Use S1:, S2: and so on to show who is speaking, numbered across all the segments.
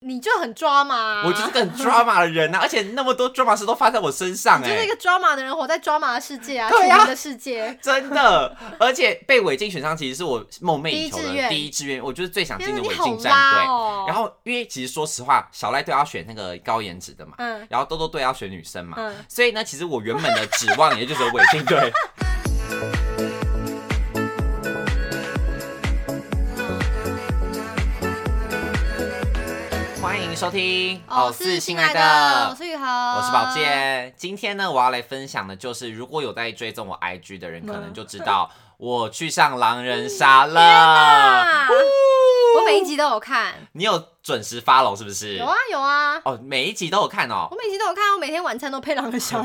S1: 你就很抓马、啊
S2: 我就是个很 drama 的 人呐、啊，而且那么多 drama 事都发在我身上、
S1: 你
S2: 欸，
S1: 就是一个抓马的人，活在抓马的世界啊，
S2: 对
S1: 全
S2: 啊
S1: 民的世界。
S2: 真的，而且被违禁选上其实是我梦寐以求
S1: 第一志
S2: 的
S1: 愿
S2: 第一志愿，我就是最想进
S1: 天
S2: 的
S1: 哪，
S2: 违
S1: 你好
S2: 禁战
S1: 拉
S2: 队。
S1: 哦。
S2: 然，后因为其实说实话，小赖队要选那个高颜值的嘛，
S1: 嗯
S2: 然后豆豆队要选女生嘛，
S1: 嗯，
S2: 所以呢，其实我原本的指望也就是违禁 队。欢迎收听
S1: 哦，
S2: 是
S1: 是
S2: 新
S1: 新
S2: 来
S1: 来
S2: 的
S1: 我是雨豪，
S2: 我是宝。健，呃今天呢，我要来分享的就是，如果有在追踪我 IG 的人，可能就知道我去上狼人杀了。
S1: 啊，我每一集都有看，
S2: 你有准时 follow 是不是
S1: 有？啊有啊，
S2: 哦，每一集都有看哦
S1: 我。每集都有看，我每天晚餐都配狼人杀。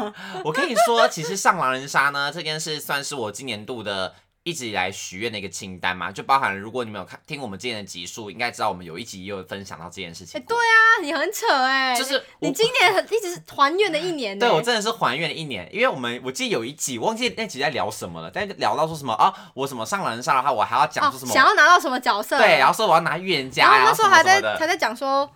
S2: 我跟你说，其实上狼人杀呢，这件事算是我今年度的。一直以来许愿的一个清单嘛，就包含了如果你们有看听我们之前的集数，应该知道我们有一集也有分享到这件事情
S1: 哎，对
S2: 过。
S1: 啊，你很扯哎，
S2: 就是我
S1: 你今年很一直是团圆的一年呢。
S2: 对我真的是还原了一年，因为我们我记得有一集忘记那集在聊什么了，但是聊到说什么啊，我什么上狼人杀的话，我还要
S1: 哦
S2: 讲说什么、
S1: 想要拿到什么角色？
S2: 对，然后说我要拿预言家
S1: 然后
S2: 呀，
S1: 那时候
S2: 什么哎
S1: 还在
S2: 什么的
S1: 还在讲说，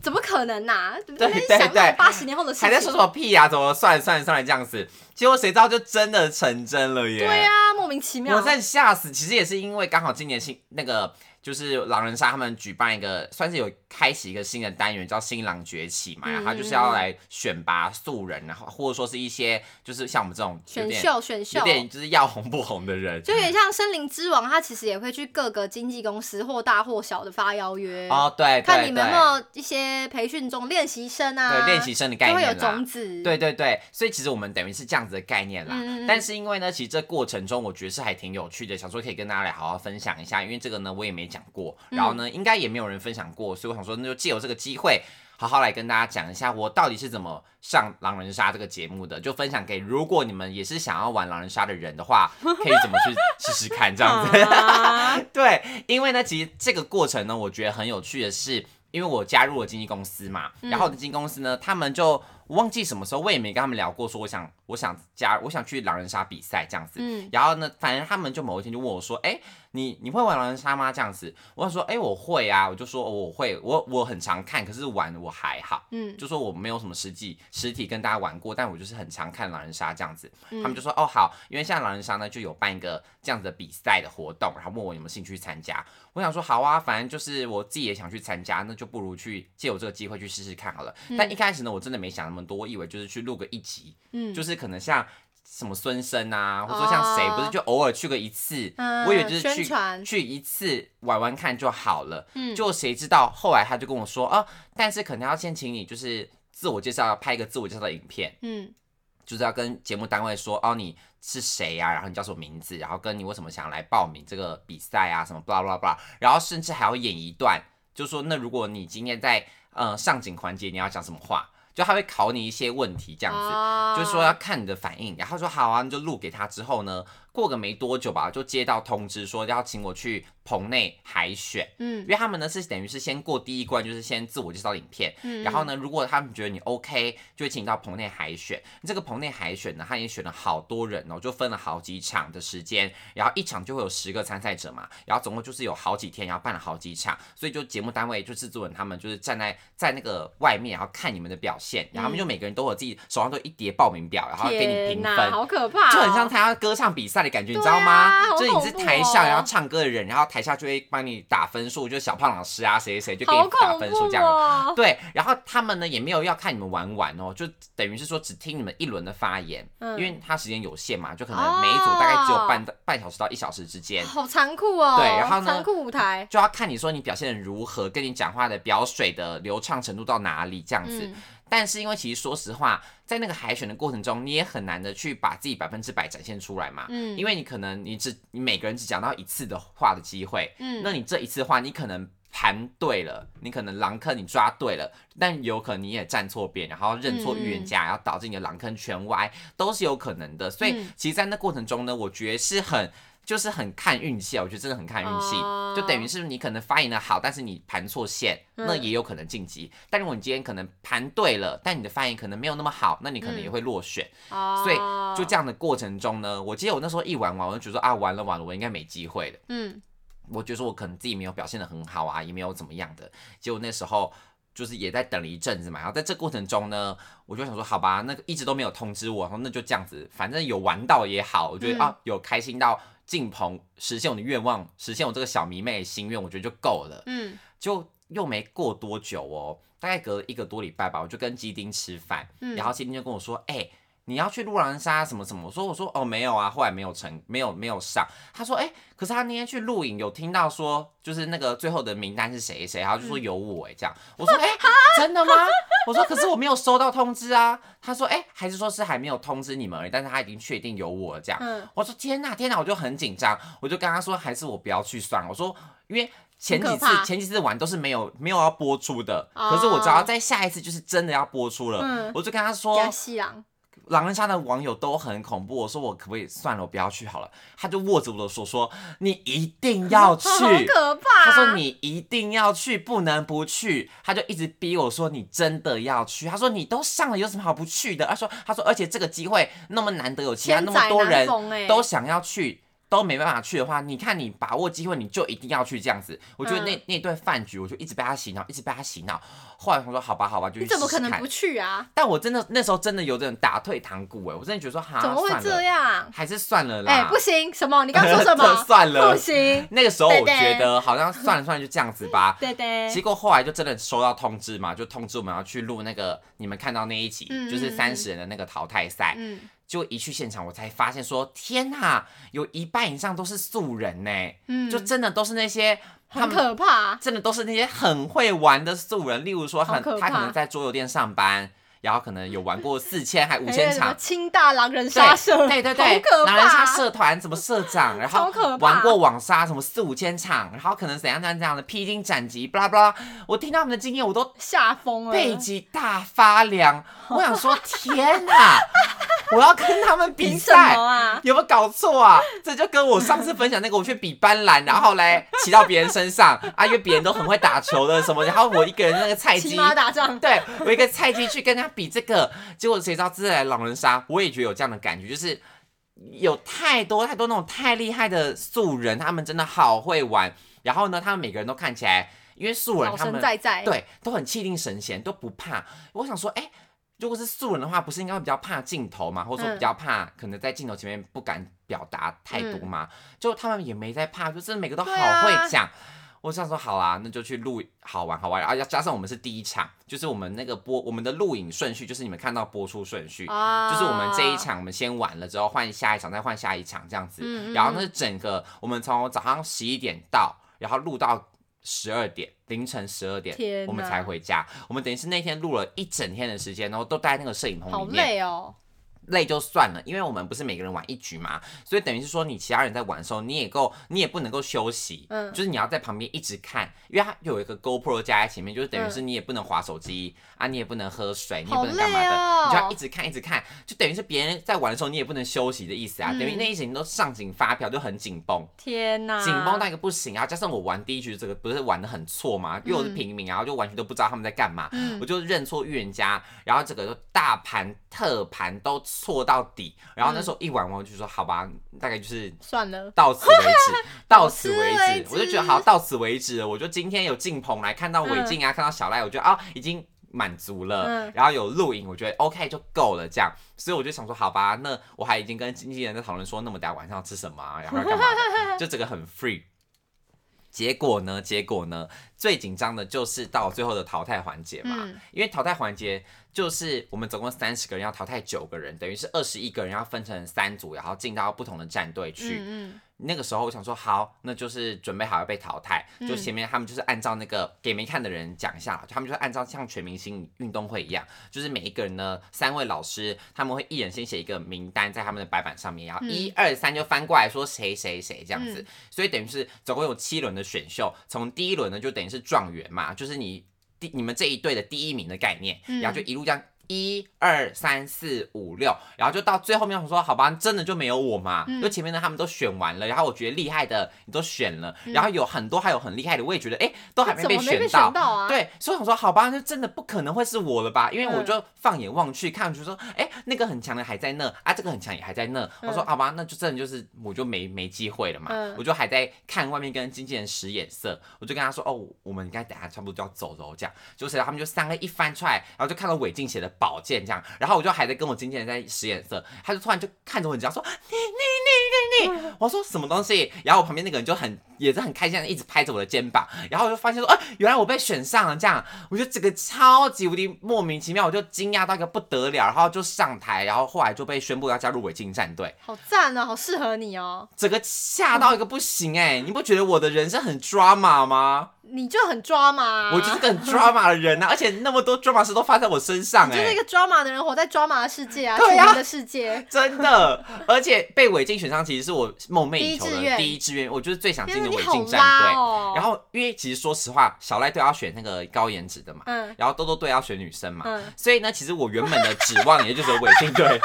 S1: 怎么可能呐、怎么在那边
S2: 对
S1: 想
S2: 对
S1: 那
S2: 对
S1: 种八十年后的事情？
S2: 还在说什么屁呀、怎么算算算这样子？结果谁知道就真的成真了耶！
S1: 对啊，莫名其妙。
S2: 我在吓死。其实也是因为刚好今年新那个就是狼人杀，他们举办一个算是有开启一个新的单元，叫新狼崛起嘛，
S1: 嗯
S2: 然后他就是要来选拔素人，然后或者说是一些就是像我们这种有
S1: 选
S2: 点
S1: 秀，选秀
S2: 有点就是要红不红的人，
S1: 就有点像《森林之王》，他其实也会去各个经纪公司或大或小的发邀约，
S2: 哦，对，
S1: 看
S2: 对
S1: 你们有
S2: 对
S1: 没有一些培训中练习生啊，
S2: 对练习生的概
S1: 就会
S2: 念
S1: 有
S2: 啦。
S1: 种子。
S2: 对对对，所以其实我们等于是这样子的概念啦。
S1: 嗯嗯嗯
S2: 但是因为呢，其实这过程中我觉得是还挺有趣的，想说可以跟大家来好好分享一下，因为这个呢我也没讲过，
S1: 嗯
S2: 然后呢、应该也没有人分享过，所以我想说那就借由这个机会。好好来跟大家讲一下，我到底是怎么上狼人杀这个节目的，就分享给如果你们也是想要玩狼人杀的人的话，可以怎么去试试看 这样子。
S1: 啊
S2: 对，因为呢，其实这个过程呢，我觉得很有趣的是，因为我加入了经纪公司嘛，然后我的经纪公司呢，他们就我忘记什么时候，我也没跟他们聊过，说我想我想加我想去狼人杀比赛这样子。
S1: 嗯，
S2: 然后呢，反正他们就某一天就问我说：“哎、你你会玩狼人杀吗？”这样子，我想说：“哎、我会啊。”我就说：“哦我会，我我很常看，可是玩我还好。”
S1: 嗯，
S2: 就说我没有什么实际实体跟大家玩过，但我就是很常看狼人杀这样子。
S1: 嗯
S2: 他们就说哦好，因为现在狼人杀呢就有办一个这样子的比赛的活动，然后问我有没有兴趣参加。我想说好啊，反正就是我自己也想去参加，那就不如去借我这个机会去试试看好了。但一开始呢，我真的没想那么多，我以为就是去录个一集，
S1: 嗯
S2: 就是可能像什么孙生啊，或者说像谁，
S1: 哦
S2: 不是就偶尔去个一次。
S1: 嗯
S2: 我以为就是
S1: 宣
S2: 去
S1: 传，
S2: 去一次玩玩看就好了，
S1: 嗯，
S2: 就谁知道，后来他就跟我说，哦，但是可能要先请你就是自我介绍，拍一个自我介绍的影片，
S1: 嗯
S2: 就是要跟节目单位说，哦，你是谁呀、然后你叫什么名字，然后跟你为什么想要来报名这个比赛啊，什么 blah blah blah，然后甚至还要演一段，就说那如果你今天在呃上景环节你要讲什么话，就他会考你一些问题这样子。
S1: 子
S2: 就说要看你的反应，然后说好啊，你就录给他。之后呢，过个没多久吧，就接到通知说要请我去棚内海选。
S1: 嗯
S2: 因为他们呢是等于是先过第一关，就是先自我介绍影片，
S1: 嗯，
S2: 然后呢，如果他们觉得你 OK，就会请你到棚内海选。这个棚内海选呢，他也选了好多人哦，就分了好几场的时间，然后一场就会有十个参赛者嘛，然后总共就是有好几天，然后办了好几场，所以就节目单位就制作人他们就是站在在那个外面，然后看你们的表现，然后他们就每个人都有自己手上都有一叠报名表，然后给你
S1: 天
S2: 评
S1: 哪
S2: 分。
S1: 好可怕哦、
S2: 就很像参加歌唱比赛的感觉，你知
S1: 对啊
S2: 道吗？
S1: 好
S2: 就是你是
S1: 恐怖
S2: 台上
S1: 哦
S2: 然后唱歌的人，然后台下就会帮你打分数，就是小胖老师啊，谁谁谁就给
S1: 好
S2: 你打
S1: 恐
S2: 分
S1: 怖
S2: 数这样。啊
S1: 哦，
S2: 对，然后他们呢也没有要看你们玩完哦，就等于是说只听你们一轮的发言，
S1: 嗯哦
S2: 因为他时间有限嘛，就可能每一组大概只有半、半小时到一小时之间，
S1: 好残酷哦，
S2: 对然后呢
S1: 残酷舞台，
S2: 就要看你说你表现的如何，跟你讲话的表水的流畅程度到哪里这样子。
S1: 嗯
S2: 但是因为其实说实话，在那个海选的过程中，你也很难的去把自己百分之百展现出来嘛，
S1: 嗯
S2: 因为你可能你只你每个人只讲到一次的话的机会，
S1: 嗯
S2: 那你这一次的话，你可能盘对了，你可能狼坑你抓对了，但有可能你也站错边，然后认错
S1: 嗯
S2: 预言家，然后导致你的狼坑全歪，都是有可能的。所以
S1: 嗯
S2: 其实，在那过程中呢，我觉得是很。就是很看运气啊，我觉得真的很看运气，
S1: 哦
S2: 就等于是你可能发言的好，但是你盘错线，
S1: 嗯
S2: 那也有可能晋级。但如果你今天可能盘对了，但你的发言可能没有那么好，那你可能
S1: 嗯
S2: 也会落选。
S1: 哦，
S2: 所以就这样的过程中呢，我记得我那时候一玩完，我就觉得说啊，完了完了，我应该没机会了。
S1: 嗯
S2: 我觉得说我可能自己没有表现的很好啊，也没有怎么样的。结果那时候就是也在等了一阵子嘛，然后在这过程中呢，我就想说，好吧，那个一直都没有通知我，然后那就这样子，反正有玩到也好，我觉得、
S1: 嗯
S2: 啊有开心到进棚实现我的愿望，实现我这个小迷妹的心愿，我觉得就够了。
S1: 嗯，
S2: 就又没过多久哦，大概隔一个多礼拜吧，我就跟基丁吃饭，
S1: 嗯
S2: 然后基丁就跟我说，哎、你要去路狼山什么什么？我说我说哦没有啊，后来没有成，没有没有上。他说哎、可是他那天去录影有听到说，就是那个最后的名单是谁谁，然后就说有我哎、这样。我说哎、真的吗？我说可是我没有收到通知啊。他说哎、还是说是还没有通知你们而已，但是他已经确定有我了这样。
S1: 嗯
S2: 我说天呐，天呐，我就很紧张，我就跟他说，还是我不要去算了。我说，因为前几
S1: 很可
S2: 次
S1: 怕
S2: 前几次玩都是没有没有要播出的，
S1: 哦
S2: 可是我知道在下一次就是真的要播出了。
S1: 嗯
S2: 我就跟他说，
S1: 加西 郎，
S2: 狼人杀的网友都很恐怖，我说我可不可以算了，我不要去好了。他就握着我的手说，你一定要 去。
S1: 好可怕、啊。
S2: 他说你一定要去，不能不去。他就一直逼我说你真的要去。他说你都上了，有什么好不去的？他说他说而且这个机会那么难得有，其他
S1: 千
S2: 那么
S1: 载
S2: 多
S1: 难
S2: 人
S1: 逢哎，
S2: 都想要去。都没办法去的话，你看你把握机会，你就一定要去这样子。我觉得那、
S1: 嗯
S2: 那顿饭局，我就一直被他洗脑，一直被他洗脑。后来我说好吧，好吧，就去
S1: 你怎么
S2: 试试
S1: 可能
S2: 看
S1: 不去啊？
S2: 但我真的那时候真的有点打退堂鼓哎、我真的觉得说哈，
S1: 怎么会
S2: 算了
S1: 这？样？
S2: 还是算了啦。
S1: 啊哎、不行，什么？你刚刚 说什么？
S2: 算了
S1: 不。行，
S2: 那个时候我
S1: 对对
S2: 觉得好像算了算了，就这样子吧。
S1: 对对
S2: 结，果后来就真的收到通知嘛，就通知我们要去录那个你们看到那一集，
S1: 嗯
S2: 就是
S1: 嗯
S2: 三十人的那个淘汰赛。
S1: 嗯，
S2: 结果一去现场，我才发现说，天呐，有一半以上都是素人欸呢、
S1: 嗯
S2: 就真的都是那些他
S1: 很
S2: 们。
S1: 可怕。
S2: 真的都是那些很会玩的素人，例如说很
S1: 好可
S2: 他
S1: 怕
S2: 可能在桌游店上班，然后可能有玩过四千还五
S1: 还哎
S2: 千
S1: 有什么
S2: 场，
S1: 清大狼人杀社，
S2: 对对对
S1: 好可
S2: 对，
S1: 怕。
S2: 狼人杀社团什么社长， 然后
S1: 超可怕
S2: 玩过网杀什么四五千场，然后可能怎样怎样怎样的披荆斩棘，巴拉巴拉，我听到他们的经验我都
S1: 吓疯了，
S2: 背脊大发凉，我想说天哪，我要跟他们 比
S1: 凭什么
S2: 赛。
S1: 啊？
S2: 有没有搞错啊？这就跟我上次分享那个，我去比斑斓，然后来骑到别人身上啊，因为别人都很会打球的什么，然后我一个人那个菜
S1: 骑
S2: 鸡，
S1: 马打仗，
S2: 对我一个菜鸡去跟他比这个，结果谁知道这来狼人杀，我也觉得有这样的感觉，就是有太多太多那种太厉害的素人，他们真的好会玩，然后呢，他们每个人都看起来，因为素人
S1: 老
S2: 他
S1: 神
S2: 们
S1: 在在，
S2: 对都很气定神闲，都不怕。我想说，哎、如果是素人的话，不是应该会比较怕镜头嘛，或者说
S1: 嗯
S2: 比较怕、可能在镜头前面不敢表达太多嘛？就他们也没在怕，就真的每个都好
S1: 嗯对啊
S2: 会讲。我想说好啦，那就去录好玩好玩，啊，要加上我们是第一场，就是我们那个播我们的录影顺序，就是你们看到播出顺序，
S1: 啊，
S2: 就是我们这一场，我们先完了之后换下一场，再换下一场这样子。
S1: 嗯嗯
S2: 然后呢，整个我们从早上十一点到，然后录到十二点，凌晨十二点
S1: 天，
S2: 我们
S1: 哪
S2: 才回家。我们等于是那天录了一整天的时间，然后都待在那个摄影棚
S1: 好
S2: 里面，
S1: 累哦，
S2: 累就算了，因为我们不是每个人玩一局嘛，所以等于是说你其他人在玩的时候，你也够，你也不能够休息，
S1: 嗯
S2: 就是你要在旁边一直看，因为它有一个 GoPro 加在前面，就是等于是你也不能划手机、啊，你也不能喝水，你也不能干嘛的，
S1: 嗯好累哦
S2: 你就要一直看一直看，就等于是别人在玩的时候，你也不能休息的意思啊，
S1: 嗯
S2: 等于那一整天都上紧发票，就很紧绷。
S1: 天哪，
S2: 紧绷到一个不行啊！加上我玩第一局这个不是玩的很错嘛，因为我是平民啊，然后就完全都不知道他们在干嘛，
S1: 嗯
S2: 我就认错预言家，然后这个就大盘特盘都错到底，然后那时候一玩完我就说好吧，大概就是
S1: 算了，
S2: 到此为 止，到此
S1: 到此
S2: 为
S1: 为
S2: 止
S1: 止，
S2: 我就觉得好，到此为止了。我就今天有进棚来看到韦静啊，看到小赖，我觉得啊、已经满足了。
S1: 嗯
S2: 然后有录影，我觉得 OK 就够了这样。所以我就想说，好吧，那我还已经跟经纪人在讨论说，那我们等下晚上要吃什么、啊，然后要干嘛的， 就整个很 free。结果呢？结果呢？最紧张的就是到最后的淘汰环节嘛，
S1: 嗯
S2: 因为淘汰环节就是我们总共三十个人要淘汰九个人，等于是二十一个人要分成三组，然后进到不同的战队去。
S1: 嗯嗯，
S2: 那个时候我想说，好，那就是准备好要被淘汰。
S1: 嗯
S2: 就前面他们就是按照那个给没看的人讲一下，他们就是按照像全明星运动会一样，就是每一个人呢，三位老师他们会一人先写一个名单在他们的白板上面，然后
S1: 嗯
S2: 一二三就翻过来说谁谁谁这样子。
S1: 嗯
S2: 所以等于是总共有七轮的选秀，从第一轮呢就等于是状元嘛，就是你第你们这一队的第一名的概念，
S1: 嗯
S2: 然后就一路这样。一二三四五六，然后就到最后面，我说好吧，真的就没有我嘛，
S1: 嗯
S2: 就前面的他们都选完了，然后我觉得厉害的你都选了，然后有很多还有很厉害的，我也觉得哎、诶都还没
S1: 嗯怎么没
S2: 选
S1: 被
S2: 到
S1: 选，到啊？，
S2: 对，所以我说好吧，那真的不可能会是我了吧？因为我就放眼望去看，就说，哎、那个很强的还在那啊，这个很强也还在那。我说
S1: 嗯
S2: 好吧，那就真的就是我就没没机会了嘛。
S1: 嗯
S2: 我就还在看外面跟经纪人使眼色，我就跟他说，哦，我们应该等下差不多就要走了哦，这样。就是他们就三个一翻出来，然后就看到韦静写的宝剑这样，然后我就还在跟我经纪人在使眼色，他就突然就看着我，你知道说，我说什么东西？然后我旁边那个人就很也是很开心，的一直拍着我的肩膀，然后我就发现说，哎、原来我被选上了，这样，我就整个超级无敌莫名其妙，我就惊讶到一个不得了，然后就上台，然后后来就被宣布要加入违禁战队，
S1: 好赞哦，好适合你哦，
S2: 整个吓到一个不行哎、你不觉得我的人生很 drama 吗？
S1: 你就很抓啊嘛，
S2: 我就是个很 drama 的人呐、啊而且那么多 drama 事都发在我身上
S1: 你
S2: 哎、
S1: 就是一个抓马的人，活在抓马的世界啊，
S2: 对
S1: 全
S2: 啊
S1: 民的世界。
S2: 真的，而且被违禁选上，其实是我梦寐以求
S1: 第一志
S2: 的
S1: 愿
S2: 第一志愿，我就是最想 进
S1: 天
S2: 的
S1: 哪，
S2: 违
S1: 你好
S2: 禁战队
S1: 拉。哦。
S2: 然
S1: 后，
S2: 后因为其实说实话，小赖队要选那个高颜值的嘛，
S1: 嗯
S2: 然后豆豆队要选女生嘛，
S1: 嗯，
S2: 所以呢，其实我原本的指望也就是伪进 队。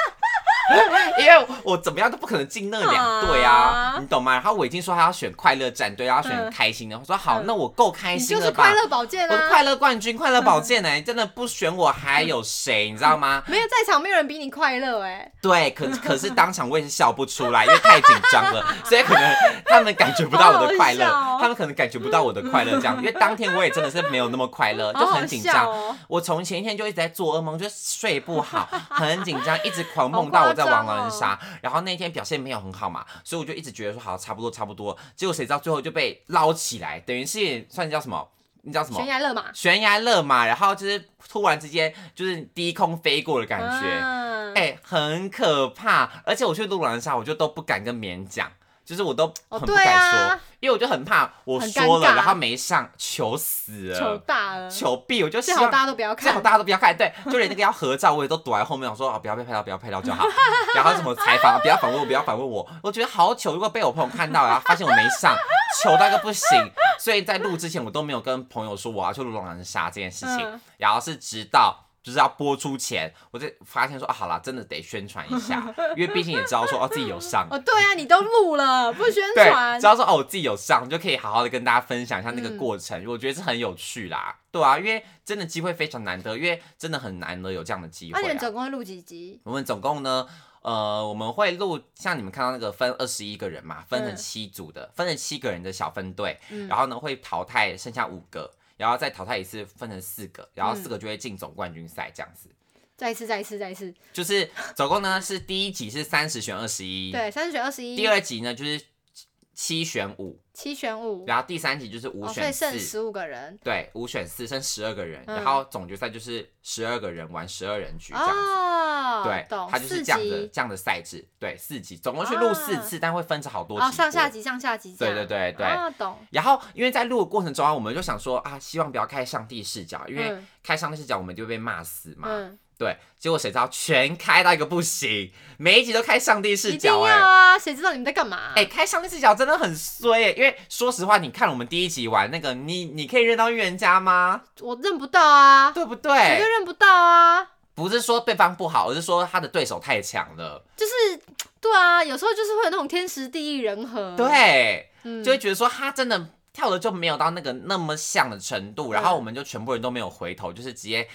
S2: 因为我怎么样都不可能进那两队啊，
S1: 啊
S2: 你懂吗？然后伟金说他要选快乐战队，要选
S1: 嗯
S2: 开心的。我说好，
S1: 嗯
S2: 那我够开
S1: 你
S2: 心
S1: 就
S2: 了
S1: 是
S2: 吧
S1: 快？乐宝剑
S2: 我的
S1: 啊，嗯
S2: 快乐冠军、快乐宝剑呢、真的不选我还有谁？你知道吗？
S1: 没有在场，没有人比你快乐哎。
S2: 对，可可是当场我也是笑不出来，因为太紧张了，所以可能他们感觉不到我的快乐，
S1: 好好笑哦
S2: 他们可能感觉不到我的快乐这样，因为当天我也真的是没有那么快乐，就
S1: 好好
S2: 很紧
S1: 笑
S2: 张。
S1: 哦，
S2: 我从前一天就一直在做噩梦，就睡不好，很紧张，一直狂梦到我在玩
S1: 哦
S2: 狼人杀。然后那天表现没有很好嘛，所以我就一直觉得说好，差不多差不多。结果谁知道最后就被捞起来，等于是算叫什么？你知道什么
S1: 悬？崖勒马，
S2: 悬崖勒马，然后就是突然之间就是低空飞过的感觉。
S1: 嗯
S2: 哎、很可怕。而且我去录狼人杀，我就都不敢跟别人讲，就是我都
S1: 哦
S2: 很不
S1: 对
S2: 敢说，
S1: 啊
S2: 因为我就很怕我
S1: 很
S2: 说
S1: 尴
S2: 了，
S1: 尬
S2: 然后没上，求死
S1: 糗
S2: 了，
S1: 大了，
S2: 求必。我就希
S1: 最好
S2: 望
S1: 大家都不要
S2: 最好
S1: 看。
S2: 大家都不要看，对，就连那个要合照，我也都躲在后面，我说啊，不要被拍到，不要拍到就好。然后什么采访，不要访问我，不要访问我。我觉得好糗，如果被我朋友看到，然后发现我没上，糗到一个不行。所以在录之前，我都没有跟朋友说我要去录狼人杀这件事情，
S1: 嗯
S2: 然后是直到。就是要播出前，我就发现说啊，好啦，真的得宣传一下，因为毕竟也知道说哦自己有上，
S1: 哦，对啊，你都录了，不宣
S2: 对，
S1: 传
S2: 只，要说哦，我自己有上，就可以好好的跟大家分享一下那个
S1: 嗯
S2: 过程。我觉得是很有趣啦，对啊，因为真的机会非常难得，因为真的很难得有这样的机
S1: 那
S2: 会、
S1: 你们
S2: 啊。
S1: 总共会录几集？
S2: 我们总共呢，呃，我们会录像你们看到那个分二十一个人嘛，分成
S1: 嗯
S2: 七组的，分成七个人的小分队，
S1: 嗯
S2: 然后呢会淘汰剩下五个。然后再淘汰一次，分成四个，然后
S1: 嗯
S2: 四个就会进总冠军赛这样子。
S1: 再一次，再一次，再一次。
S2: 就是总共呢是第一集是三十选二十一，
S1: 对，三选二十一，
S2: 第二集呢就是七选五，
S1: 七选五，
S2: 然后第三集就是五
S1: 哦，所以
S2: 选四，
S1: 剩十五个人。
S2: 对，五选四，剩十二个人，
S1: 嗯
S2: 然后总决赛就是十二个人玩十二人局这样子。
S1: 哦，
S2: 对，
S1: 懂，
S2: 它就是
S1: 四
S2: 这样的
S1: 集，
S2: 这样的赛制，对，四集，总共去录四次，但会分成好多集、
S1: 哦，上下。集，上下集这
S2: 对
S1: 样，
S2: 对对对。
S1: 啊，懂，
S2: 然后，因为在录的过程中啊，我们就想说啊，希望不要开上帝视角，因为
S1: 嗯
S2: 开上帝视角我们就会被骂死嘛。
S1: 嗯，
S2: 对，结果谁知道全开到一个不行，每一集都开上帝视
S1: 一定
S2: 角、哎。
S1: 要啊，谁知道你们在干嘛？
S2: 哎、开上帝视角真的很衰欸耶、因为说实话，你看我们第一集玩那个，你你可以认到预言家吗？
S1: 我认不到啊，
S2: 对不
S1: 绝对
S2: 对？
S1: 认不到啊，
S2: 不是说对方不好，而是说他的对手太强了。
S1: 就是对啊，有时候就是会有那种天时地利人和，，
S2: 对，
S1: 嗯，
S2: 就会觉得说他真的跳的就没有到那个那么像的程度，然后
S1: 嗯
S2: 我们就全部人都没有回头，就是直接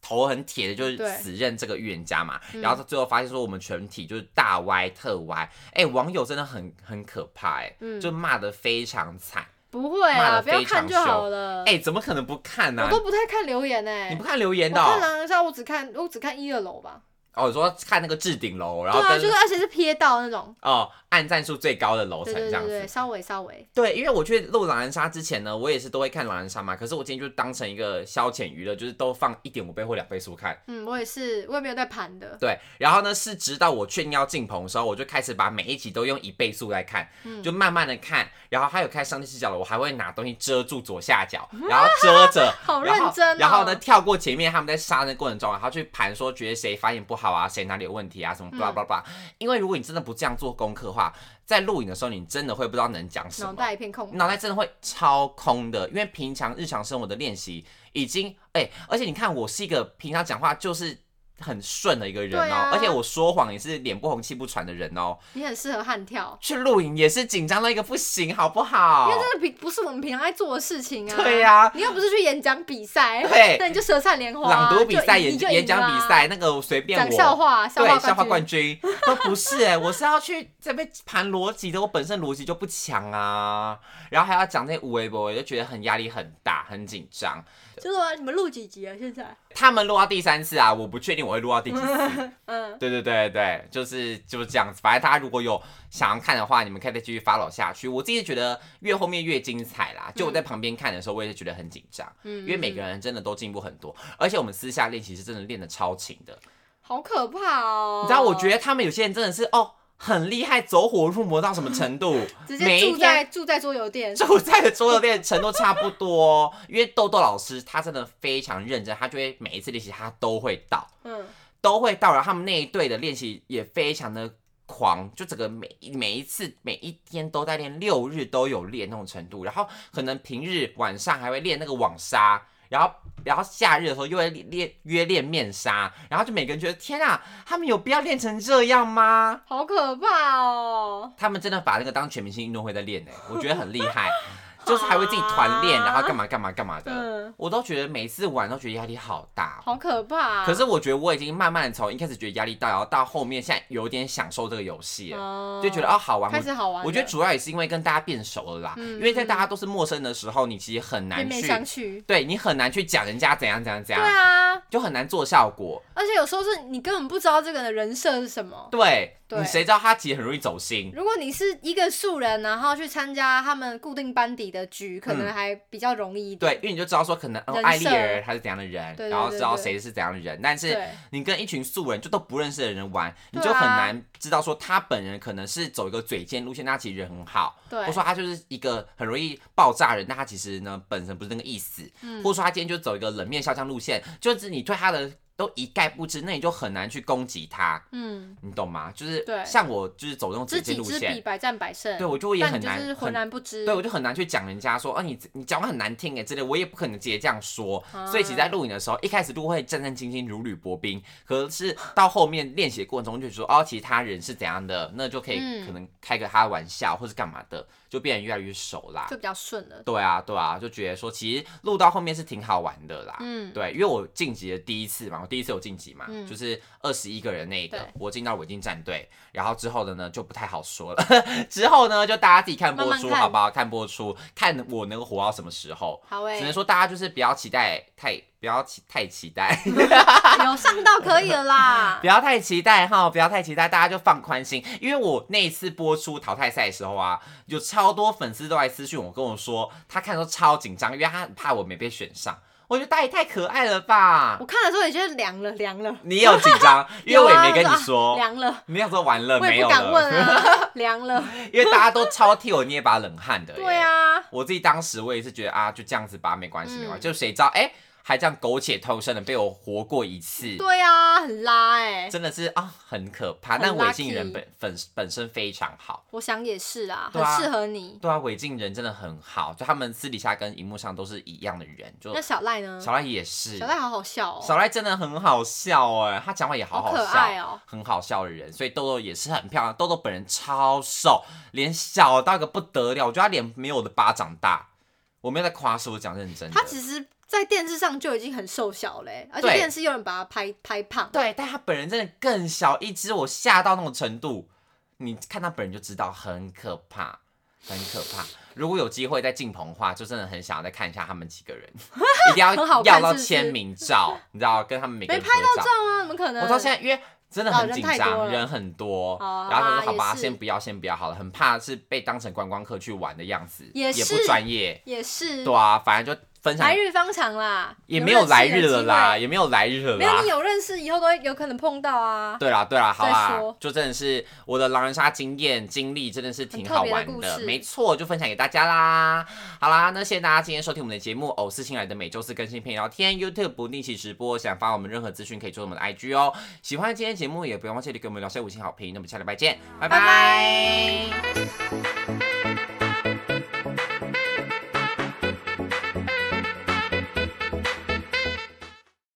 S2: 头很铁的，就是
S1: 对
S2: 死认这个预言家嘛。然后他最后发现说我们全体就是大歪特歪，哎、网友真的很很可怕、哎、
S1: 嗯
S2: 就骂的非常惨。
S1: 不会
S2: 骂得
S1: 啊，不要
S2: 非常
S1: 看就好了，
S2: 哎、怎么可能不看呢、
S1: 嗯我都不太看留言哎，
S2: 你不看留言
S1: 我
S2: 的、哦？
S1: 看狼人杀，我只看我只看一二楼吧，
S2: 哦，你说看那个置顶楼，然
S1: 对
S2: 后
S1: 啊，
S2: 跟、
S1: 就是而且是瞥到那种，
S2: 哦按赞数最高的楼层
S1: 对
S2: 这
S1: 对
S2: 样
S1: 对
S2: 子。
S1: 对，稍微稍微，
S2: 对，因为我去录狼人杀之前呢，我也是都会看狼人杀嘛。可是我今天就当成一个消遣娱乐，就是都放一点五倍或两倍速看。
S1: 嗯，我也是，我也没有在盘的，
S2: 对，然后呢，是直到我确定要进棚的时候，我就开始把每一集都用一倍速来看，
S1: 嗯
S2: 就慢慢的看。然后还有开上帝视角了，我还会拿东西遮住左下角，然后遮着，
S1: 好
S2: 然后
S1: 认真哦
S2: 然后呢，跳过前面他们在杀的过程中，然后去盘说觉得谁发言不好啊，谁哪里有问题啊，什么
S1: 嗯
S2: blah blah blah。因为如果你真的不这样做功课的话，在录影的时候，你真的会不知道能讲什
S1: 脑
S2: 么。
S1: 袋一片空白，
S2: 脑袋真的会超空的，因为平常日常生活的练习已经哎、而且你看我是一个平常讲话就是很顺的一个人
S1: 对
S2: 哦，
S1: 啊
S2: 而且我说谎也是脸不红气不喘的人哦，
S1: 你很适合悍跳，
S2: 去露营也是紧张到一个不行，好不好
S1: 因？为这个平不是我们平常在做的事情啊。
S2: 对、呀、
S1: 你又不是去演讲比赛，
S2: 对
S1: 那你就舌灿莲花、
S2: 朗读比赛、
S1: 啊就赢
S2: 演
S1: 你就赢
S2: 演讲
S1: 啦
S2: 比赛，那个我随便
S1: 讲
S2: 我。
S1: 笑话，啊笑
S2: 对，
S1: 话
S2: 笑话
S1: 冠
S2: 冠军都不是哎、我是要去这边盘逻辑的，我本身逻辑就不强啊，然后还要讲那五维博，我就觉得很压力很大，很紧张。
S1: 军，就是说你们录几集啊？现在，
S2: 他们录到第三次啊，我不确定我会录到第几 次。
S1: 嗯，
S2: 对对对对，就是就是这样子。反正大家如果有想要看的话，你们可以再继续 follow 下去。我自己是觉得越后面越精彩啦，就我在旁边看的时候，我也是觉得很紧张，
S1: 嗯
S2: 因为每个人真的都进步很多，而且我们私下练习是真的练得超勤的。
S1: 哦好可怕哦！
S2: 你知道，我觉得他们有些人真的是哦。很厉害，走火入魔到什么程度？
S1: 直
S2: 每
S1: 接
S2: 一
S1: 住
S2: 天
S1: 在住在桌游店，
S2: 就在桌游店的程度差不多、哦。因为豆豆老师他真的非常认真，他就会每一次练习他都会到。
S1: 嗯，
S2: 都会到，然后他们那一队的练习也非常的狂，就整个每每一次每一天都在练，六日都有练那种程度，然后可能平日晚上还会练那个网纱。然后，然后夏日的时候又会练约练面纱，然后就每个人觉得天啊，他们有必要练成这样吗？
S1: 好可怕哦！
S2: 他们真的把那个当全明星运动会在练呢、欸我觉得很厉害，就是还会自己团练，然后干嘛干嘛干嘛的，
S1: 嗯，
S2: 我都觉得每次玩都觉得压力好大哦。
S1: 好可怕、
S2: 可是我觉得我已经慢慢地从一开始觉得压力大，然后到后面现在有点享受这个游戏了，
S1: 哦
S2: 就觉得哦好玩。
S1: 开始
S2: 我
S1: 好玩了，
S2: 我觉得主要也是因为跟大家变熟了啦，
S1: 嗯
S2: 因为在大家都是陌生的时候，你其实很
S1: 面
S2: 难
S1: 面
S2: 去，
S1: 相觑。
S2: 对你很难去讲人家怎样怎样怎
S1: 对
S2: 样，
S1: 啊，
S2: 就很难做效果。
S1: 而且有时候是你根本不知道这个人的人设是什么。
S2: 对
S1: 哦对
S2: 你谁知道他其实很容易走心，
S1: 如果你是一个素人，然后去参加他们固定班底的局，可能
S2: 嗯
S1: 还比较容易一
S2: 对，
S1: 点。
S2: 因为你就知道说可能哦
S1: 人设
S2: 艾丽儿她是怎样的人，
S1: 对对
S2: 然后
S1: 对
S2: 知道
S1: 对
S2: 谁是怎样的人，但是
S1: 对，
S2: 你跟一群素人就都不认识的人玩，你
S1: 对
S2: 就很
S1: 啊
S2: 难知道说他本人可能是走一个嘴贱路线，但他其实人很好。
S1: 对，
S2: 或说他就是一个很容易爆炸的人，但他其实呢本身不是那个意思，
S1: 嗯
S2: 或者说他今天就走一个冷面笑匠路线，就是你对他的都一概不知，那你就很难去攻击他，
S1: 嗯，
S2: 你懂吗？就是
S1: 对
S2: 像我就是走那种
S1: 知
S2: 直接
S1: 己
S2: 路
S1: 知彼，
S2: 线，
S1: 百战百胜。
S2: 对我就也
S1: 但
S2: 很
S1: 你就
S2: 难
S1: 是浑
S2: 很。
S1: 然不知。
S2: 对，我就很难去讲人家说，哦，你你讲话很难听哎之类，我也不可能直接这样说。
S1: 啊
S2: 所以其实，在录影的时候，一开始都会战战兢兢、如履薄冰，可是到后面练习的过程中，就说，哦，其实他人是怎样的，那就可以
S1: 嗯
S2: 可能开个他的玩笑，或是干嘛的，就变得越来越熟啦。
S1: 就比较顺了。
S2: 对啊，对啊，就觉得说其实录到后面是挺好玩的啦。
S1: 嗯，
S2: 对，因为我晋级的第一次嘛，我第一次有晋级嘛，
S1: 嗯
S2: 就是二十一个人那个
S1: 对，
S2: 我进到稳定战队，然后之后的呢就不太好说了， 之后呢就大家自己看播
S1: 慢慢
S2: 出
S1: 看
S2: 好不好？看播出，看我能活到什么时候。
S1: 好欸诶、
S2: 只能说大家就是不要期待太，不要期太期待，
S1: 有上到可以了啦
S2: 不。要太期待哈，不要太期待，大家就放宽心。因为我那一次播出淘汰赛的时候啊，有超多粉丝都来私讯我，跟我说他看的时候超紧张，因为他很怕我没被选上。我觉得大家也太可爱了吧
S1: 我！看的时候也觉得凉了，凉了。
S2: 你也有紧 张，因为我也没跟
S1: 有啊
S2: 你
S1: 我啊
S2: 说，
S1: 凉了，
S2: 你想说完了
S1: 我
S2: 哦呃没
S1: 也
S2: 有
S1: 不敢问
S2: 了，
S1: 啊，凉了。
S2: 因为大家都超替我捏把冷汗的。
S1: 对。啊，
S2: 我自己当时我也是觉得啊，就这样子吧，没关系，
S1: 嗯
S2: 没关系。就谁知道哎、还这样苟且偷生的被我活过一次，
S1: 对啊，很拉哎、
S2: 真的是啊，很可怕。
S1: 很
S2: 但韦
S1: lucky
S2: 静人本本本身非常好，
S1: 我想也是啦，
S2: 对啊
S1: 很适合你。
S2: 对啊，韦静人真的很好，就他们私底下跟荧幕上都是一样的人。就
S1: 那小赖呢？
S2: 呃小赖也是，
S1: 小赖好好笑哦、
S2: 小赖真的很好笑哎、他讲话也好
S1: 好
S2: 笑，
S1: 可爱哦
S2: 很好笑的人。所以豆豆也是很漂亮，豆豆本人超瘦，脸小到一个不得了，我觉得他脸没有我的巴掌大。我没有在夸饰，我讲认真的。
S1: 他其实，在电视上就已经很瘦小嘞、而且
S2: 对
S1: 电视又有人把他拍拍胖。
S2: 对，但他本人真的更小一只，我吓到那种程度，你看他本人就知道很可怕，很可怕。如果有机会再进棚的话，就真的很想要再看一下他们几个人， 一定要
S1: 很好看
S2: 要到
S1: 是不是
S2: 签名照，你知道，跟他们每个
S1: 没
S2: 人
S1: 拍
S2: 合
S1: 到
S2: 照。
S1: 照啊？怎么可能？
S2: 我到现在因为真的
S1: 哦
S2: 很
S1: 人
S2: 紧
S1: 太多
S2: 张，
S1: 了
S2: 人很多，
S1: 哦
S2: 然后他
S1: 啊
S2: 说好吧，
S1: 也是
S2: 先不要，先不要好了，很怕是被当成观光客去玩的样子，
S1: 也
S2: 也不
S1: 是
S2: 专业，
S1: 也是，
S2: 对啊，反正就分享
S1: 来日方长啦，
S2: 也
S1: 有
S2: 没有
S1: 认识
S2: 来
S1: 的
S2: 日了
S1: 机
S2: 啦，
S1: 会
S2: 也没有来日了啦，
S1: 没有你有认识，以后都会有可能碰到啊。
S2: 对啦，对啦，好
S1: 再
S2: 啦
S1: 说，
S2: 就真的是我的狼人杀经验经历，真的是挺
S1: 很特
S2: 好
S1: 别的
S2: 玩
S1: 故
S2: 的，
S1: 事
S2: 没错，就分享给大家啦。好啦，那谢谢大家今天收听我们的节目《偶是新来的》，每周四更新片聊天，YouTube 不定期直播，想发我们任何资讯可以追我们的 IG 哦。喜欢今天的节目也不要忘记得给我们留下五星好评，那么下礼拜见，拜
S1: 拜
S2: 拜